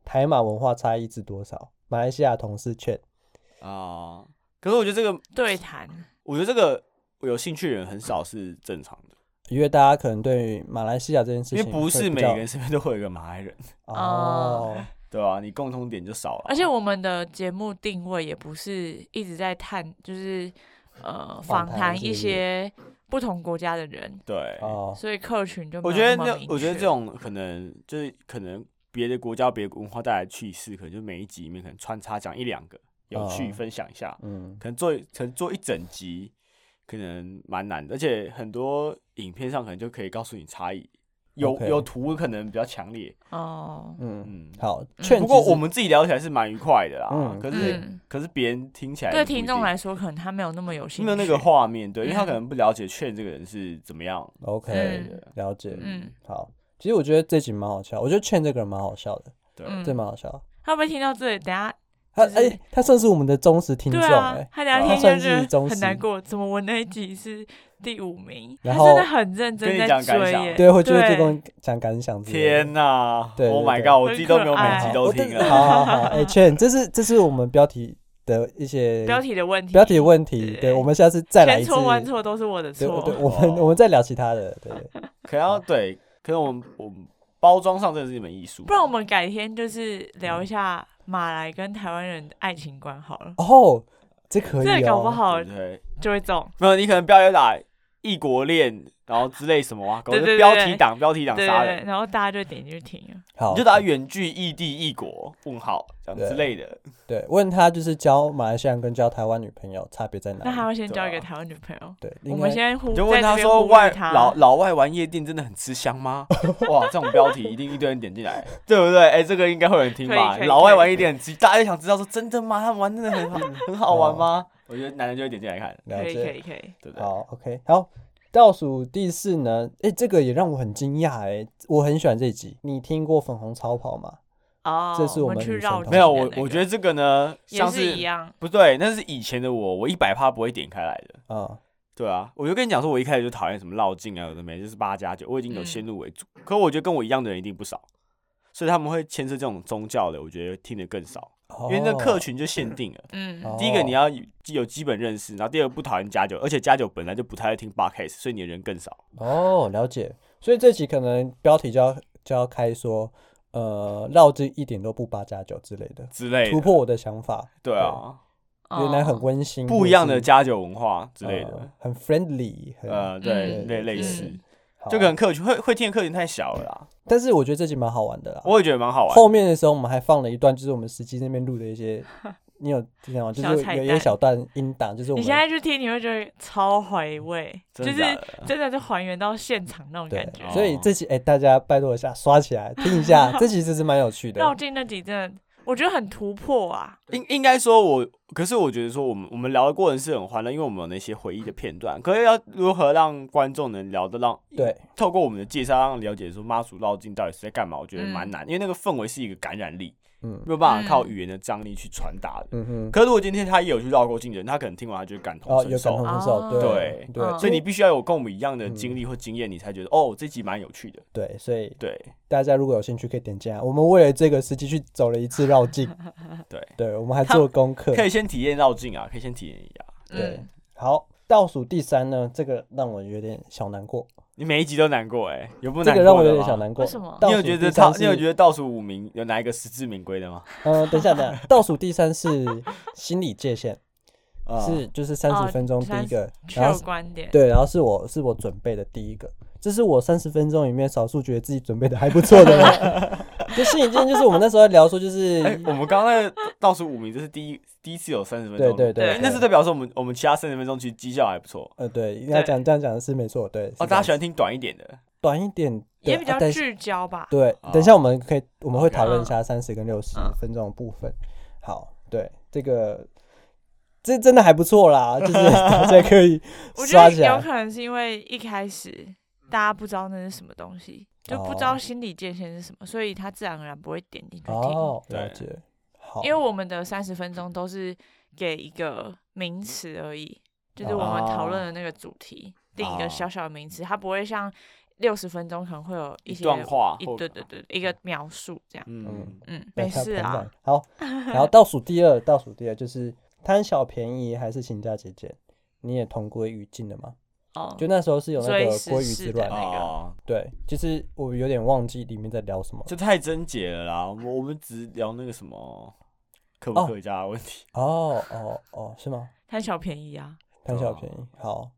台马文化差异是多少？马来西亚同事券
啊、可是我觉得这个，
对谈，
我觉得这个有兴趣的人很少是正常的，
因为大家可能对于马来西亚这件事
因
情
为不
会比较，
是每个人身边都会有一个马来人，
哦，
对吧、你共通点就少了，
哎
而且我们的节目定位也不是一直在探，就是呃
访
访
谈
谈
是
一
不是
些不同国家的人，
对，
哦，
所以客群就没
我
有
觉得
么
那
明
我觉得
确嗯
这种可能就是可能别的国家别的文化带来的趣事，可能就每一集里面可能穿插讲一两个有趣
哦
分享一下，
嗯，
可能做可能做一整集，可能蛮难的，而且很多影片上可能就可以告诉你差异，有
OK
有图可能比较强烈，
哦，
嗯，
嗯，
好，
嗯
券
不过
其实
我们自己聊起来是蛮愉快的啦，
嗯
可是、
嗯，
可是别人听起来
对
就不一
听众
定
来说可能他没有那么有兴趣，
没有那个画面，对，因为他
嗯
可能不了解劝这个人是怎么样，
OK
嗯
了解，
嗯
好，其实我觉得这集蛮好笑，我觉得券这个人蛮好笑的，
对，啊
嗯
这蛮好笑的。
他会不会听到这里？等下
他
就
哎、
是
他算是我们的忠实听众
对
哎、
啊，他等下
他
听
算
就是觉
忠
得很
实
难过，怎么我那一集是第五名？
然
他真的
后
很
跟
认真
你
在
讲感
追
想
耶，
对，会就会
对
就跟我讲感想之类的。
天呐
对
！Oh
对
my
对
god！我自己都没有每
很可
集
爱
都
我
听啊
真的
了。
好好好，哎、劝，这是这是我们标题的一些
标题的问题，
标题问题，
对
对，我们下次再来
千
一次。
错万错都是我的
对，我对
错，
我们
哦
我们再聊其他的，对，
可能要对，可能我们我们包装上真的是一门艺术。
不然我们改天就是聊一下马来跟台湾人的爱情观好了，
哦，这可
这
以
个搞不
哦，
好
对不对，
就会中。
没有你可能标题打异国恋，然后之类什么啊，搞
对
得
对对
标
对
题党标题党
对对
杀人
对，，然后大家就点进去听啊了。
好
你就，打远距异地异国问号这
对
样之类的。
对，问他就是交马来西亚人跟交台湾女朋友差别在
那他
哪里？
会先交一
对
个
啊
台湾女朋友，
对，
我
哎应
们
该
先忽
你就问
在这边
说
忽略
外
他
老老外玩夜店真的很吃香 吗？哇，这种标题一定一堆人点进来，对不对？哎，这个应该会有人听吧
可以？可以
老外
可以
玩夜店很吃，大家就想知道说真的吗？他们玩真的很好 很好玩吗？哦我觉得男人就会点进来看，
了
可以可
解。
以可以，
对不对？
好，OK，好，倒数第四呢，哎、这个也让我很惊讶，哎，我很喜欢这一集。你听过粉红超跑吗？
哦，
这是我
我
们
去
女
绕
生同
没有，
圈
我
的那
我
个
觉得这个呢，
也
像
是一样，
不对，那是以前的我，我一百趴不会点开来的。
啊、
对啊，我就跟你讲说，我一开始就讨厌什么绕境啊，有的没，就是八加九，我已经有
嗯
先入为主。可我觉得跟我一样的人一定不少，所以他们会牵涉这种宗教的，我觉得听得更少，因为那
哦
客群就限定了。
嗯，
哦
第一个你要有有基本认识，然后第二个不讨厌加九，而且加九本来就不太爱听 b a r c a s e 所以你的人更少。
哦，了解。所以这集可能标题就要就要开说，呃，绕这一点都不八加九之类的，
之类的，
突破我的想法。
对啊，
原来很
哦
温馨，
不一样的加九文化之类
呃
的，
很 friendly，很、
呃，对，
嗯
类类
嗯
似，
啊好
就可能客群会会听的客群太小了啦，
但是我觉得这集蛮好玩的啦。
我也觉得蛮好玩的。
后面的时候我们还放了一段，就是我们实际那边录的 一些，你有听到吗？就是
小
有
彩
有一
蛋
小段音档，就是我
你
们
现在去听，你会觉得超回味，就
真
是
的假的
真的是还原到现场那种
对哦
感觉。，
哦
所以这集哎、大家拜托一下刷起来听一下，这集真是蛮有趣的。
绕境那集真的，我觉得很突破啊。
应应该说我，可是我觉得说我们我们聊的过程是很欢乐，因为我们有那些回忆的片段。可是要如何让观众能聊得让
对，
透过我们的介绍让了解说妈祖绕境到底是在干嘛，我觉得蛮
嗯
难，因为那个氛围是一个感染力，
嗯
没有办法靠
嗯
语言的张力去传达的。
嗯哼，
可是如果今天他也有去绕过境的人，他可能听完他就感同
哦，有
身受
感同，身
哦
受，
对
对对，
嗯
所以你必须要有跟我们一样的经历或经验，你才觉得哦，这集蛮有趣的。
对，所以
对，，
大家如果有兴趣可以点进来。我们为了这个实际去走了一次绕境
对
对，我们还
他
做功课
可。以先体验绕境啊，可以先体验一下。
对
嗯，
好，倒数第三呢，这个让我有点小难过，
你每一集都难过哎、有不
这
难
个让我
过
有
的
点小
吗？
难过。
为什么
倒
你有
数
觉
第
得
三
倒你有
是
觉得倒数五名有哪一个实至名归的吗？
呃，等一下，等一下，倒数第三是心理界限，
啊
是就是三
哦
十分钟第一个，然
确
后
有观点，
对，然后是我是我准备的第一个，这是我三十分钟里面少数觉得自己准备的还不错的了。 就心理界限，就是我们那时候在聊说，就是
哎、我们刚刚那个倒数五名，这是第一第一次有三十分钟
对
录，
对
对
哎那是代表说我们我们其他三十分钟其实绩效还不错。
呃，对，应该
对
讲这样讲是没错，对。
哦，
是这
大家
样
喜欢听短一点的，
短一点的，
也比
啊
较
等
聚焦吧。
对
啊，
等一下我们可以我们会
OK 嗯
讨论一下三十跟六十
嗯
分钟的部分。好，对这个。这真的还不错啦，就是 大家可 以
我觉
刷
得
起来
有。可能是因为一开始大家不知道那是什么东西，就不知
哦
道心理界限是什么，所以他自然而然不会点进去听。
哦，
对
了解。好，
因为我们的三十分钟都是给一个名词而已，就是我们讨论的那个主题，定一
哦
个小小的名词，它不会像六十分钟可能会有
一
些
段话
一
或
对对对一个描述这样。
嗯
嗯，
嗯，
那
没
他
事
膨
啊
胀。 好，然后倒数第二，倒数第二就是贪小便宜还是勤加节俭，你也同归于尽了吗？
哦，
就那时候是有那
追
个
时
鲑鱼
事
之
的
乱
那，个
哦，
对，就是我有点忘记里面在聊什么。
这太贞洁了啦。我们我们只聊那个什么客不
哦
客家的问题，
哦哦哦，是吗？
贪小便宜啊，
贪
对啊
小便宜，好，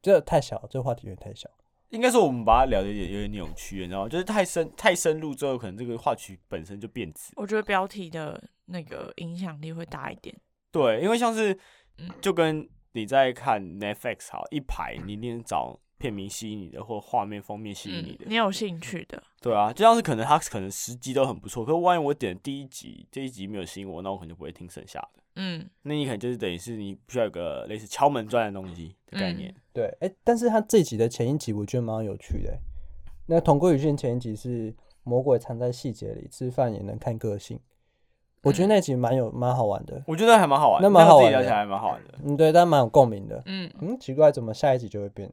这太小，这话题有点太小。
应该说我们把它聊的有点有点扭曲，你知道吗？就是太深太深入之后，可能这个话题本身就变质。
我觉得标题的那个影响力会大一点。
对，因为像是
嗯
就跟你在看 Netflix 好一排，你一定找片名吸引你的，或画面封面吸引你
嗯
的，，
你有兴趣的，
对啊，就像是可能它可能十集都很不错，可是万一我点第一集，这一集没有吸引我，那我可能就不会听剩下的。
嗯，
那你可能就是等于是你需要有个类似敲门砖的东西的概
嗯
念。
对，哎、但是他这集的前一集我觉得蛮有趣的欸。那同归于尽前一集是魔鬼藏在细节里，吃饭也能看个性。我觉
嗯
得那集蛮有蛮好玩的，
我觉得还蛮好玩的，
那蛮好
自己
玩
聊
的
起来还蛮好玩的。
嗯，对，但蛮有共鸣的。
嗯，
嗯，奇怪，怎么下一集就会变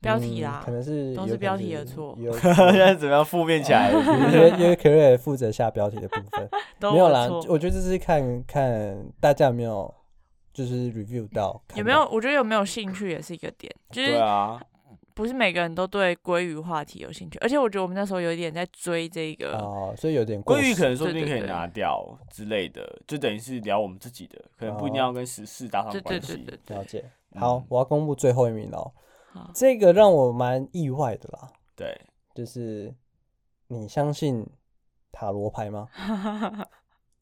标题
嗯
啦
可能是
都是
有可能
标题的
是
错
有
现在怎么样负面起 来了？
因为因为可瑞负责下标题的部分，
都
没有啦
不。错
我觉得这是看看大家有没有就是 review 到，
有
看
没
到
有？？我觉得有没有兴趣也是一个点，就
对
是
啊，
不是每个人都对鲑鱼话题有兴趣，而且我觉得我们那时候有一点在追这个，
哦，所以有点过
鲑鱼
时
可能说不定
对
可
对
以
对
拿掉之类的，就等于是聊我们自己的，可能不一定
哦
要跟时事搭上
对对
关
对
系。
对
了
对，
解。
嗯
好，我要公布最后一名了。哦
好，
这个让我蛮意外的啦，
对，
就是你相信塔罗牌
嗯
吗？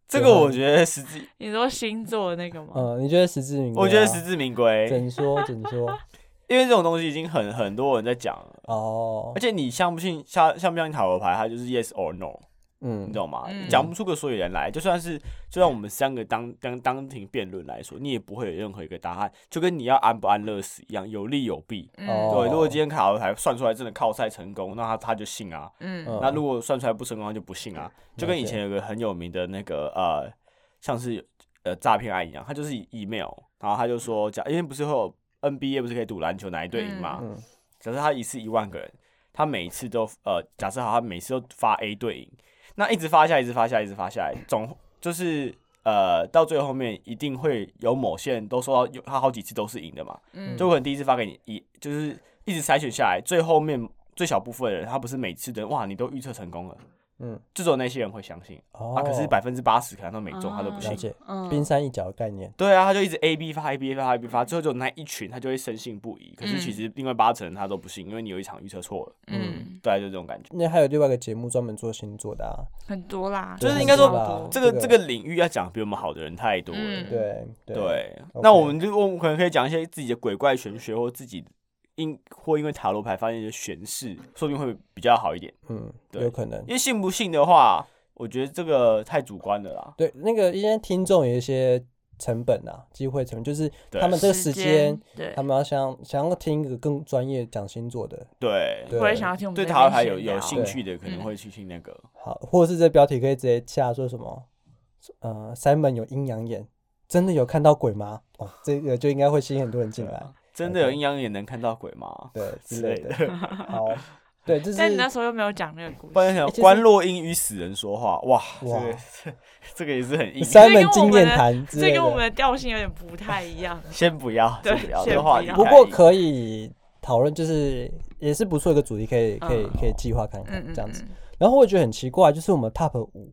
这个我觉得实际，
你说星座的那个吗？
嗯，你觉得实至名归啊？
我觉得实至名归，
怎说怎说
因为这种东西已经很很多人在讲了。
哦
而，且你相不信相相不相信塔罗牌，它就是 yes or no，
嗯
你懂吗？
嗯
讲不出个所以然来。就算是就算我们三个当当当庭辩论来说，你也不会有任何一个答案，就跟你要安不安乐死一样，有利有弊。
嗯
哦
对，如果今天塔罗牌算出来真的靠赛成功，那他他就信啊；
嗯
嗯
那如果算出来不成功，他就不信啊。就跟以前有个很有名的那个呃，像是呃诈骗案一样，他就是以 email，然后他就说假，因为不是会有 NBA 不是可以赌篮球哪一队赢嘛？
嗯
假设他一次一万个人，他每一次都呃，假设好，他每次都发 A 队赢，那一直发下来，一直发下来，一直发下来，总就是呃，到最后面一定会有某些人都收到有他好几次都是赢的嘛，
嗯
就可能第一次发给你一就是一直筛选下来，最后面最小部分的人，他不是每次的哇你都预测成功了，
嗯
就只有那些人会相信、
哦，
啊，可是百分之八十可能都没中，他都不
啊
信
了。解
嗯
冰山一角的概念，
对啊，他就一直 A B 发 A B 发 A B 发，最后就那一群他就会深信不疑。可
嗯
是其实另外八成他都不信，因为你有一场预测错了。
嗯
对，就这种感觉。
那还有另外一个节目专门做星座的啊，
很多啦，
就是
很
应该说
多
吧
这个这
这
个
个
领域要讲比我们好的人太多了。
嗯
对对
对，
OK
那我们就我们可能可以讲一些自己的鬼怪玄学，或自己因或因为塔罗牌发现的玄事，说不定会比较好一点。
嗯，
对
有可能
因为信不信的话，我觉得这个太主观了啦。
对，那个因为听众有一些成本啊，机会成本，就是
对
他们这个时
时
间，，
对
他，们要想想要听一个更专业讲星座的，
对，
对
或者想要听我们
对
在
塔罗
那边
牌有
闲
有
啊
聊
兴趣的，可能
嗯
会去听那个。
好，或者是这标题可以直接下说什么，呃，Simon 有阴阳眼，真的有看到鬼吗？哦，这个就应该会吸引很多人进来，
嗯
真的有
OK
阴阳眼能看到鬼吗？
对之
之
类
类
的
的。。
好，对，这是
但你那时候又没有讲那个故
不 然
事，
想
欸其实
关洛英与死人说话，哇，
哇
这个 这个也是很硬。
这跟
Simon
我
经
们
验
的
谈之
这
类
跟我
的
们的调性有点不太一样。
先不要，
对
先不要，
先
这话
不
题
要
太
不过
硬
可以讨论，就是也是不错一个主题，可以可以
嗯
可以计划看看
嗯嗯，
这样子。
嗯
然后我也觉得很奇怪，就是我们 Top 五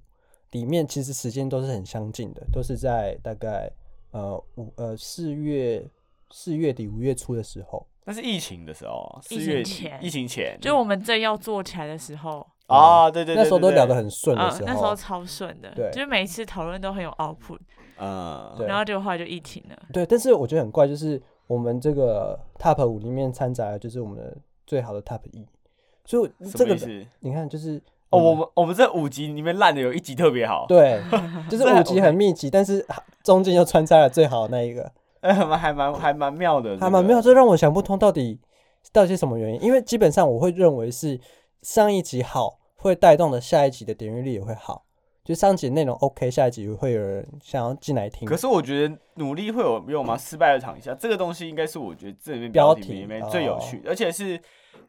里面其实时间都是很相近的，都是在大概呃五呃四月四月底五月初的时候。
那是疫情的时候，四
疫情
月底
前
疫情前，
就我们正要做起来的时候，
啊，对对，对
那时候都聊
对
得，很顺的
嗯，
时
那时候
候，
超顺的
对，
就是每一次讨论都很有
对
output，
嗯，
对
然后结果后来就疫情了。
对。但是我觉得很怪，就是我们这个 Top 五里面掺杂的就是我们的最好的 Top 一，所以我
什
这
么
个
意思？
你看就是
哦，我
们
们我们这五集里面烂的有一集特别好，
对，就是
这
五集很密集，但是啊中间又穿插了最好的那一个，
哎，还 蛮还蛮还蛮妙的，
还蛮
这个
没有，这让我想不通到底到底是什么原因，因为基本上我会认为是上一集好会带动的下一集的点阅率也会好，就上集内容 OK，下一集会有人想要进来听
可。是我觉得努力会有用吗？失败的躺一下，这个东西应该是我觉得这里面
嗯标
标
题
题里面最有
哦
趣的，而且是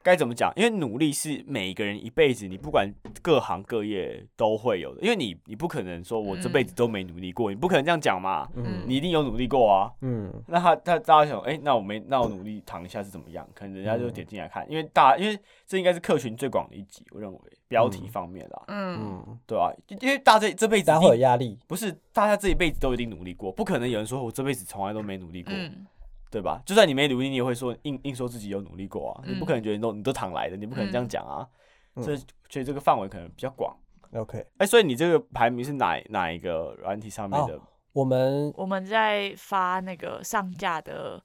该怎么讲？因为努力是每一个人一辈子，你不管各行各业都会有的，因为你你不可能说我这辈子都没努力过，你不可能这样讲嘛，
嗯
嗯
你一定有努力过啊。
嗯，
那他他大家想，哎、那我没那我努力躺一下是怎么样？可能人家就
嗯
点进来看，因为大因为这应该是客群最广的一集，我认为标题方面啦，
嗯，
嗯，
对啊，因为大家这这辈子
大家
一
会
定
有压力，
不是大家这一辈子都一定努力过，不可能有人说我这辈子从来都没努力过，
嗯，
对吧？就算你没努力，你也会说硬硬说自己有努力过啊，
嗯
你不可能觉得你都你都躺来的，你不可能这样讲啊。
嗯
所以所以这个范围可能比较广。
OK，
哎、所以你这个排名是哪哪一个软体上面的？
我们
我们在发那个上架的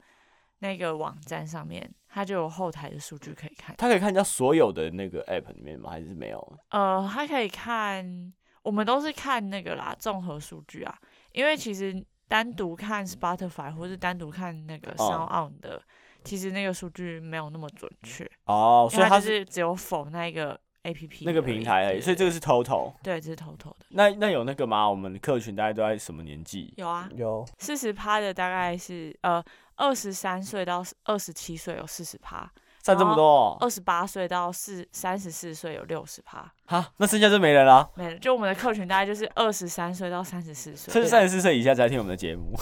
那个网站上面，它就有后台的数据可以看。
它可以看到所有的那个 app 里面吗？还是没有？
呃，它可以看，我们都是看那个啦，综合数据啊，因为其实单独看 Spotify 或是单独看那个
哦
Sound On 的，其实那个数据没有那么准确，
哦，
因
所
为
以
它
它
就是是只有否那一个 APP
那个平台而已，所以
这
这个是 total。
对，这是偷偷的。
那那有那个吗？我们客群大概都在什么年纪？
有啊，
有
四十趴的大概是呃二十三岁到二十七岁有四十趴，
占这么多哦？
二十八岁到四三十四岁有六十趴，
哈，那剩下就没人啊啦。
没了。就我们的客群大概就是二十三岁到三十四岁，
甚至三十四岁以下才听我们的节目，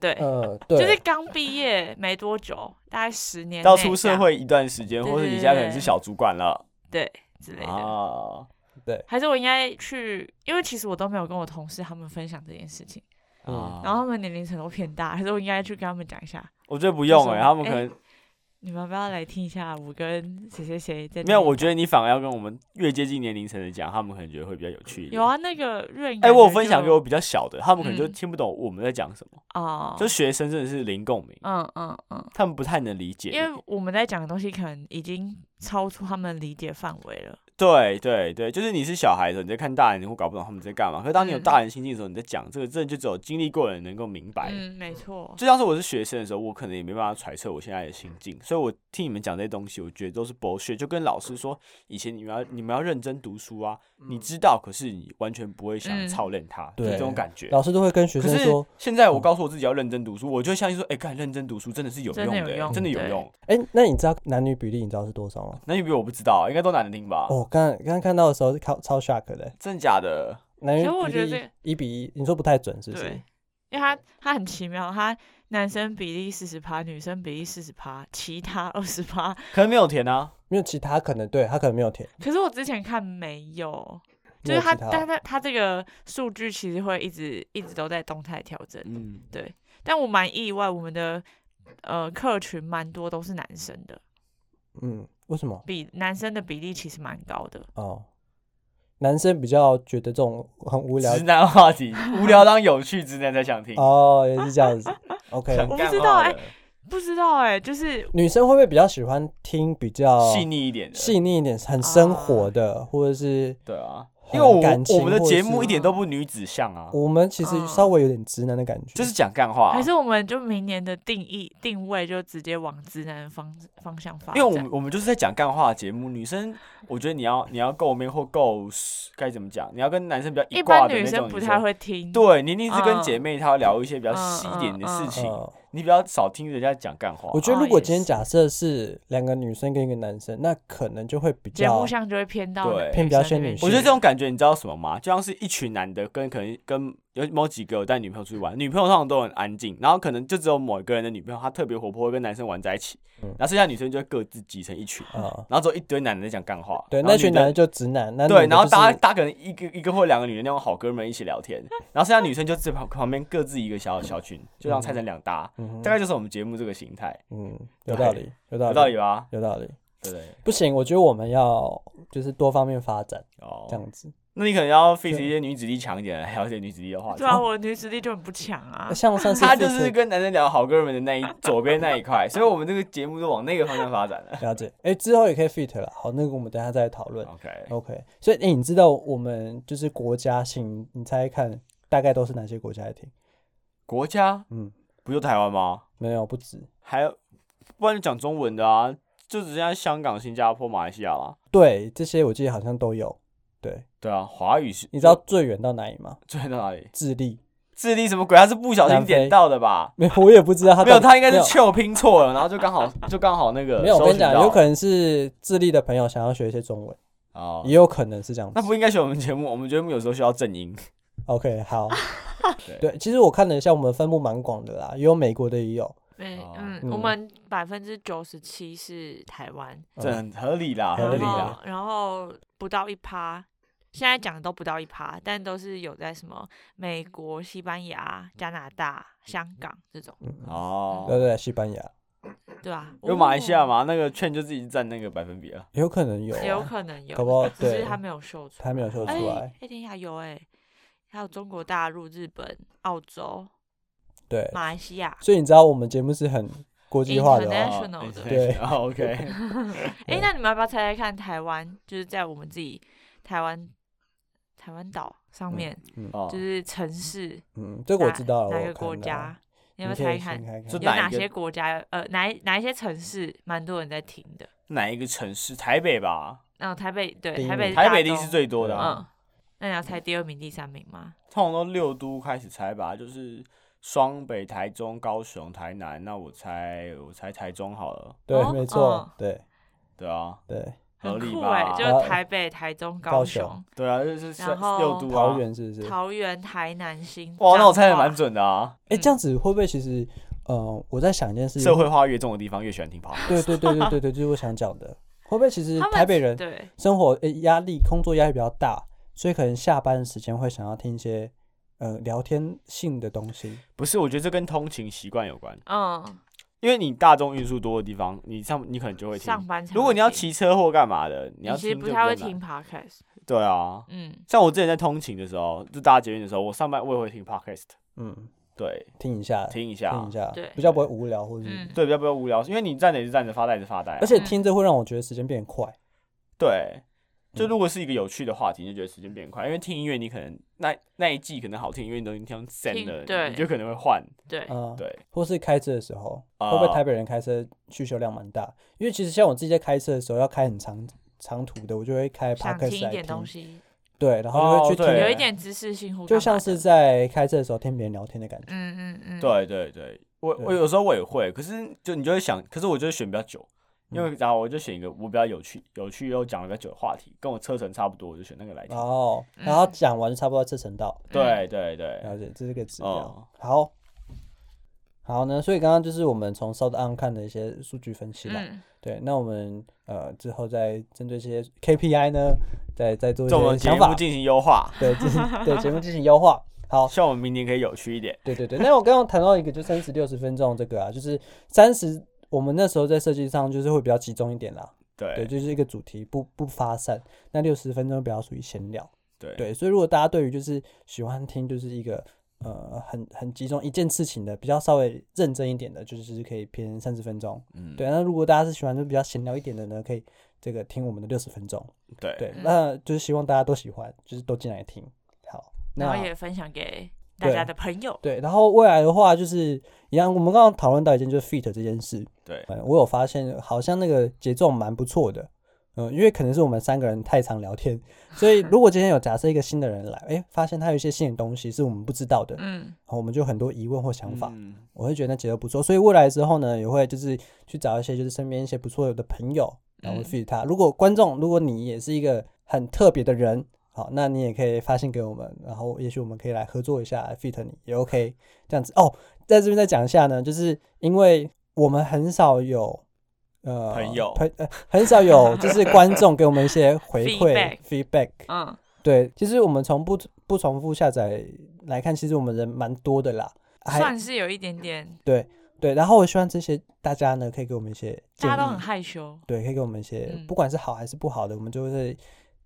对，
呃，
就是
对，
刚毕业没多久，大概十年
到
内
出
这
社
样
会一段时间，
对
或者
对
你
对
现在可能是
对
小主管了
对之类的。
啊。
还是我应该去，因为其实我都没有跟我同事他们分享这件事情，
嗯
然后他们年龄层都偏大，还是我应该去跟他们讲一下，
啊我觉得不用
就
哎、
是
他们
哎
可能、
你们要不要来听一下我跟谁谁谁在那边？
没有，我觉得你反而要跟我们越接近年龄层的讲，他们可能觉得会比较有趣一点
有。啊，那个瑞颖
哎、
感
我有
觉
分享
就
给我比较小的，他们可能就
嗯
听不懂我们在讲什么，
哦，
就学生真的是零共鸣，
嗯嗯嗯，
他们不太能理解。
因为我们在讲的东西可能已经超出他们理解范围了，
对对对，就是你是小孩的时候，你在看大人，你会搞不懂他们在干嘛。可是当你有
嗯
大人心境的时候，你在讲这个，真的就只有经历过的人能够明白。
嗯，没错，
就像是我是学生的时候，我可能也没办法揣测我现在的心境，所以我听你们讲这些东西，我觉得都是博学。就跟老师说，以前你们要你们要认真读书啊，你知道，可是你完全不会想
嗯
操练它，就
嗯对
这种感觉。
老师都会跟学
可
生
是
说，嗯
现在我告诉我自己要认真读书，我就会相信说，哎、干认真读书真的是有用
真的有
的，
用
真的有
对
用。
哎，那你知道男女比例你知道是多少吗？
男女比我不知道，应该都男的听吧？
哦，刚刚刚看到的时候是超超 shock 的，
真的假的？
男女
可是我觉得
比
这
例
个
一比一，你说不太准是不是
对？，因为他他很奇妙，他男生比例四十趴，女生比例四十趴，其他二十趴。
可能没有填 啊。
没有其他可能，对他可能没有填，
可是我之前看没有，
没
就
有
是他，
其他
但他他这个数据其实会一直一直都在动态调整。
嗯，
但我蛮意外，我们的呃客群蛮多都是男生的，
嗯，为什么？
比男生的比例其实蛮高的。
哦，男生比较觉得这种很无聊
直男话题，无聊当有趣，直男才想听。
哦，也是这样子。OK，
想
我不
干
知
话
道哎
的
不知道哎、就是
女生会不会比较喜欢听比较
细腻一点的，
啊
细腻一点、很生活的，或者是
对啊，因为我
感情
我们的
或者
节
是
目一点都不女子像啊，
我们其实
嗯
稍微有点直男的感觉，
就是讲干话啊、
还是我们就明年的定义定位就直接往直男的方方向发
因为
展？
我们我们就是在讲干话的节目，女生我觉得你要你要够 man 或够该怎么讲，你要跟男生比较
一
挂
般
的
女
那种
生不太会听。
对，你一定是跟
嗯
姐妹她要聊一些比较细一点的事情，
呃，
你比较少听人家讲干话。啊
我觉得
哦
如果
也
今天
是
假设是两个女生跟一个男生，那可能就会比
节
较
目上就会偏到
对
女
偏比较
生那
偏女
边
性
我觉得
去
这种感觉你知道什么吗？就像是一群男的跟可能跟有某几个有带女朋友出去玩，女朋友通常都很安静，然后可能就只有某一个人的女朋友她特别活泼，会跟男生玩在一起，
嗯
然后剩下女生就会各自挤成一群，
呃，
然后只有一堆男的在讲干话，
对，
然后
那
女
群
的
男的就直男，那
对，
女的
然后
就是
大家大家可能一个一个或两个女的那种好哥们一起聊天，然后剩下女生就自旁旁边各自一个小小群，就这样拆成两搭，
嗯啊哼
大概就是我们节目这个形态，
嗯，
对
有道理，有道
有
理，
道理吧？
有道理。
对不对？
不行，我觉得我们要就是多方面发展
哦
这，样子。
那你可能要 fix 一些女子力强一点，还有一些女子力的话题
对。啊，我女子力就很不强啊。
像上次
哦他就是
这次
跟男生聊好哥们的那一左边那一 块，所以我们这个节目就往那个方向发展了。
了解，哎，之后也可以 fit 了。好，那个我们等一下再来讨论。
OK，
OK，所以诶你知道我们就是国家性，你猜猜看，大概都是哪些国家来听？
国家
嗯，
不就台湾吗？
没有，不止。
还有，不然就讲中文的啊，就只剩下香港、新加坡、马来西亚啦。
对，这些我记得好像都有。对，
对啊，华语是
你 知道最远到哪里吗？
最到哪里？
智利。
智利什么鬼？他是不小心点到的吧？
没有，我也不知道 他
没有，
到底
他应该是
没有
球拼错了，然后就刚好 就刚好那个
没有，我跟你讲，有可
能
能是智利的朋友想要学一些中文，
哦
也，有可能是这样子
那。不应该选我们节目，我们节目有时候需要正音。
OK，好
对。
对，其实我看了一下，我们分布蛮广的啦，也有美国的，也有。
对
哦，
嗯，
嗯
我们百分之九十七是台湾，
嗯
这很合理啦，
合
合
理
理
啦
啦。
然后然后不到一趴。现在讲的都不到一趴，但都是有在什么美国、西班牙、加拿大、香港这种，
对
哦，
嗯对，西班牙
对吧、
有马来西亚
哦？
嘛？那个券就自己占那个百分比了。
有可能有、
也有
啊，
可能有，
搞不好
只
对
是他没有秀出
他没有秀出
来。
来。
哎，天下有哎、还有中国大陆、日本、澳洲、
哎
对，
马来西亚。
所以你知道我们节目是很国际化的哦。
International 的
对
哦，OK，
哎、
哦
对
那你们要不要猜猜看台湾？就是在我们自己台湾台湾岛上面，
哦
就，是城市
嗯，这个我
哪
知道了，我
哪
有
个国
看到啊
家？？你要
你
不要
可
猜
以
一看
先
有
看看
这哪一
哪
个
些国家？呃，哪一哪一些城市蛮多人在听的？
哪一个城市？台北吧，
嗯、台北
第一
对，台北
名
台北一
大
定
宗
是最多的啊。
嗯，那你要猜第二名、第三名吗？
通常都六都开始猜吧，就是双北、台中、高雄、台南。那我猜，我猜台中好了，
对，
哦
没错
哦，
对
对啊，
对，
合
很
理
酷
吧哦
哎、
好
就台北、台中、
高
高
雄
雄、
对啊，就是三
然后
六都啊
桃。园是不是？
桃园、台南、新
哇，那我猜的
彰化
蛮准的啊。
嗯
哎，这样子会不会其实，呃，我在想一件事情，
社会化越重的地方越喜欢听 p o
对对对对对对，就是我想讲的，会不会其实
他们
台北人
对
生活诶压力、工作压力比较大，所以可能下班的时间会想要听一些呃聊天性的东西。
不是，我觉得这跟通勤习惯有关，
嗯
因为你大众运输多的地方，你上你可能就会听。
上班常听。
如果你要骑车或干嘛的，你
你
要
其实
听
不
就
太会
比较难
听。podcast，
对啊，
嗯，
像我之前在通勤的时候，就搭捷运的时候，我上班我也会听 podcast，
嗯，
对，
听一下，
听一下，
听一下
对，
比较不会无聊，或者是
嗯，
对，比较不要无聊，因为你站着也是站着，发呆也是发呆啊、
而且听着会让我觉得时间变快。
对，就
嗯
如果是一个有趣的话题，你就觉得时间变快，因为听音乐你可能那那一季可能好听，因为你都已经听 Zen
听
了，
对
你就可能会换，
对，
嗯，
对，
或是开车的时候，
啊
会不会台北人开车需求量蛮大？因为其实像我自己在开车的时候，要开很长长途的，我就会开 p o
想
d c a
听
s
一
来
点东
听。
西，
对，然后就会去
哦对
听，
有一点知识性互，
就像是，在开车的时候听别人聊天的感觉。
嗯嗯嗯，
对对对，我我
对
有时候我也会，可是就你就会想，可是我就会选比较久。因
嗯
为然后我就选一个我比较有趣、有趣又讲了比较久的话题，跟我车程差不多，我就选那个来听。
哦，
嗯
然后讲完就差不多车程到，
对对对，
了解，这是个指标。
哦
好，好呢，所以刚刚就是我们从 South On 看的一些数据分析啦。
嗯，
对，那我们呃之后再针对这些 KPI 呢，再再做一
对我们
些
节
想
目
法，哦
进行优化，
对，进行对节目进行优化。好，
希望我们明年可以有趣一点。
对对对，那我刚刚谈到一个就三十六十分钟这个啊，就是三十，我们那时候在设计上就是会比较集中一点啦，对，
对
就是一个主题不不发散。那六十分钟比较属于闲聊，
对
对，所以如果大家对于就是喜欢听就是一个呃很很集中一件事情的，比较稍微认真一点的，就是可以偏三十分钟。
嗯，
对，那如果大家是喜欢就比较闲聊一点的呢，可以这个听我们的六十分钟。
对
对，
嗯
那就是希望大家都喜欢，就是都进来听。好，
然后
那
也分享给大家的朋友。
对，然后未来的话就是一样，我们刚刚讨论到一件就是 fit 这件事，
对
嗯，我有发现好像那个节奏蛮不错的，嗯，因为可能是我们三个人太常聊天，所以如果今天有假设一个新的人来，哎，发现他有一些新的东西是我们不知道的，然
嗯，
后我们就很多疑问或想法，
嗯
我会觉得那节奏不错，所以未来之后呢，也会就是去找一些就是身边一些不错的朋友，然后
嗯
feed 他。如果观众，如果你也是一个很特别的人，好，那你也可以发信给我们，然后也许我们可以来合作一下 feed 你也 OK，这样子哦。在这边再讲一下呢，就是因为我们很少有。呃，
朋友
朋、呃、很少 有，就是观众给我们一些回馈
Feedback
feedback，
嗯，
对，其实我们从不不重复下载来看，其实我们人蛮多的啦，还
算是有一点点，
对，然后我希望这些大家呢，可以给我们一些建
大家都
议
很，害羞。
对，可以给我们一些，
嗯
不管是好还是不好的，我们就会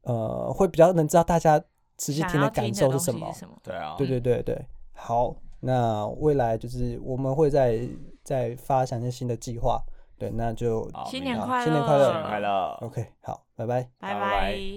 呃，会比较能知道大家实际
想
听
要
的
听
感
的
受
东
是
西
什
是
么。
什么？
对啊，
对对对对，好，那未来就是我们会再再发想一些新的计划，对，那就
好
新
明
年
白
快乐！
新年快乐
新年快乐，
OK，好，拜拜。
拜
拜
拜。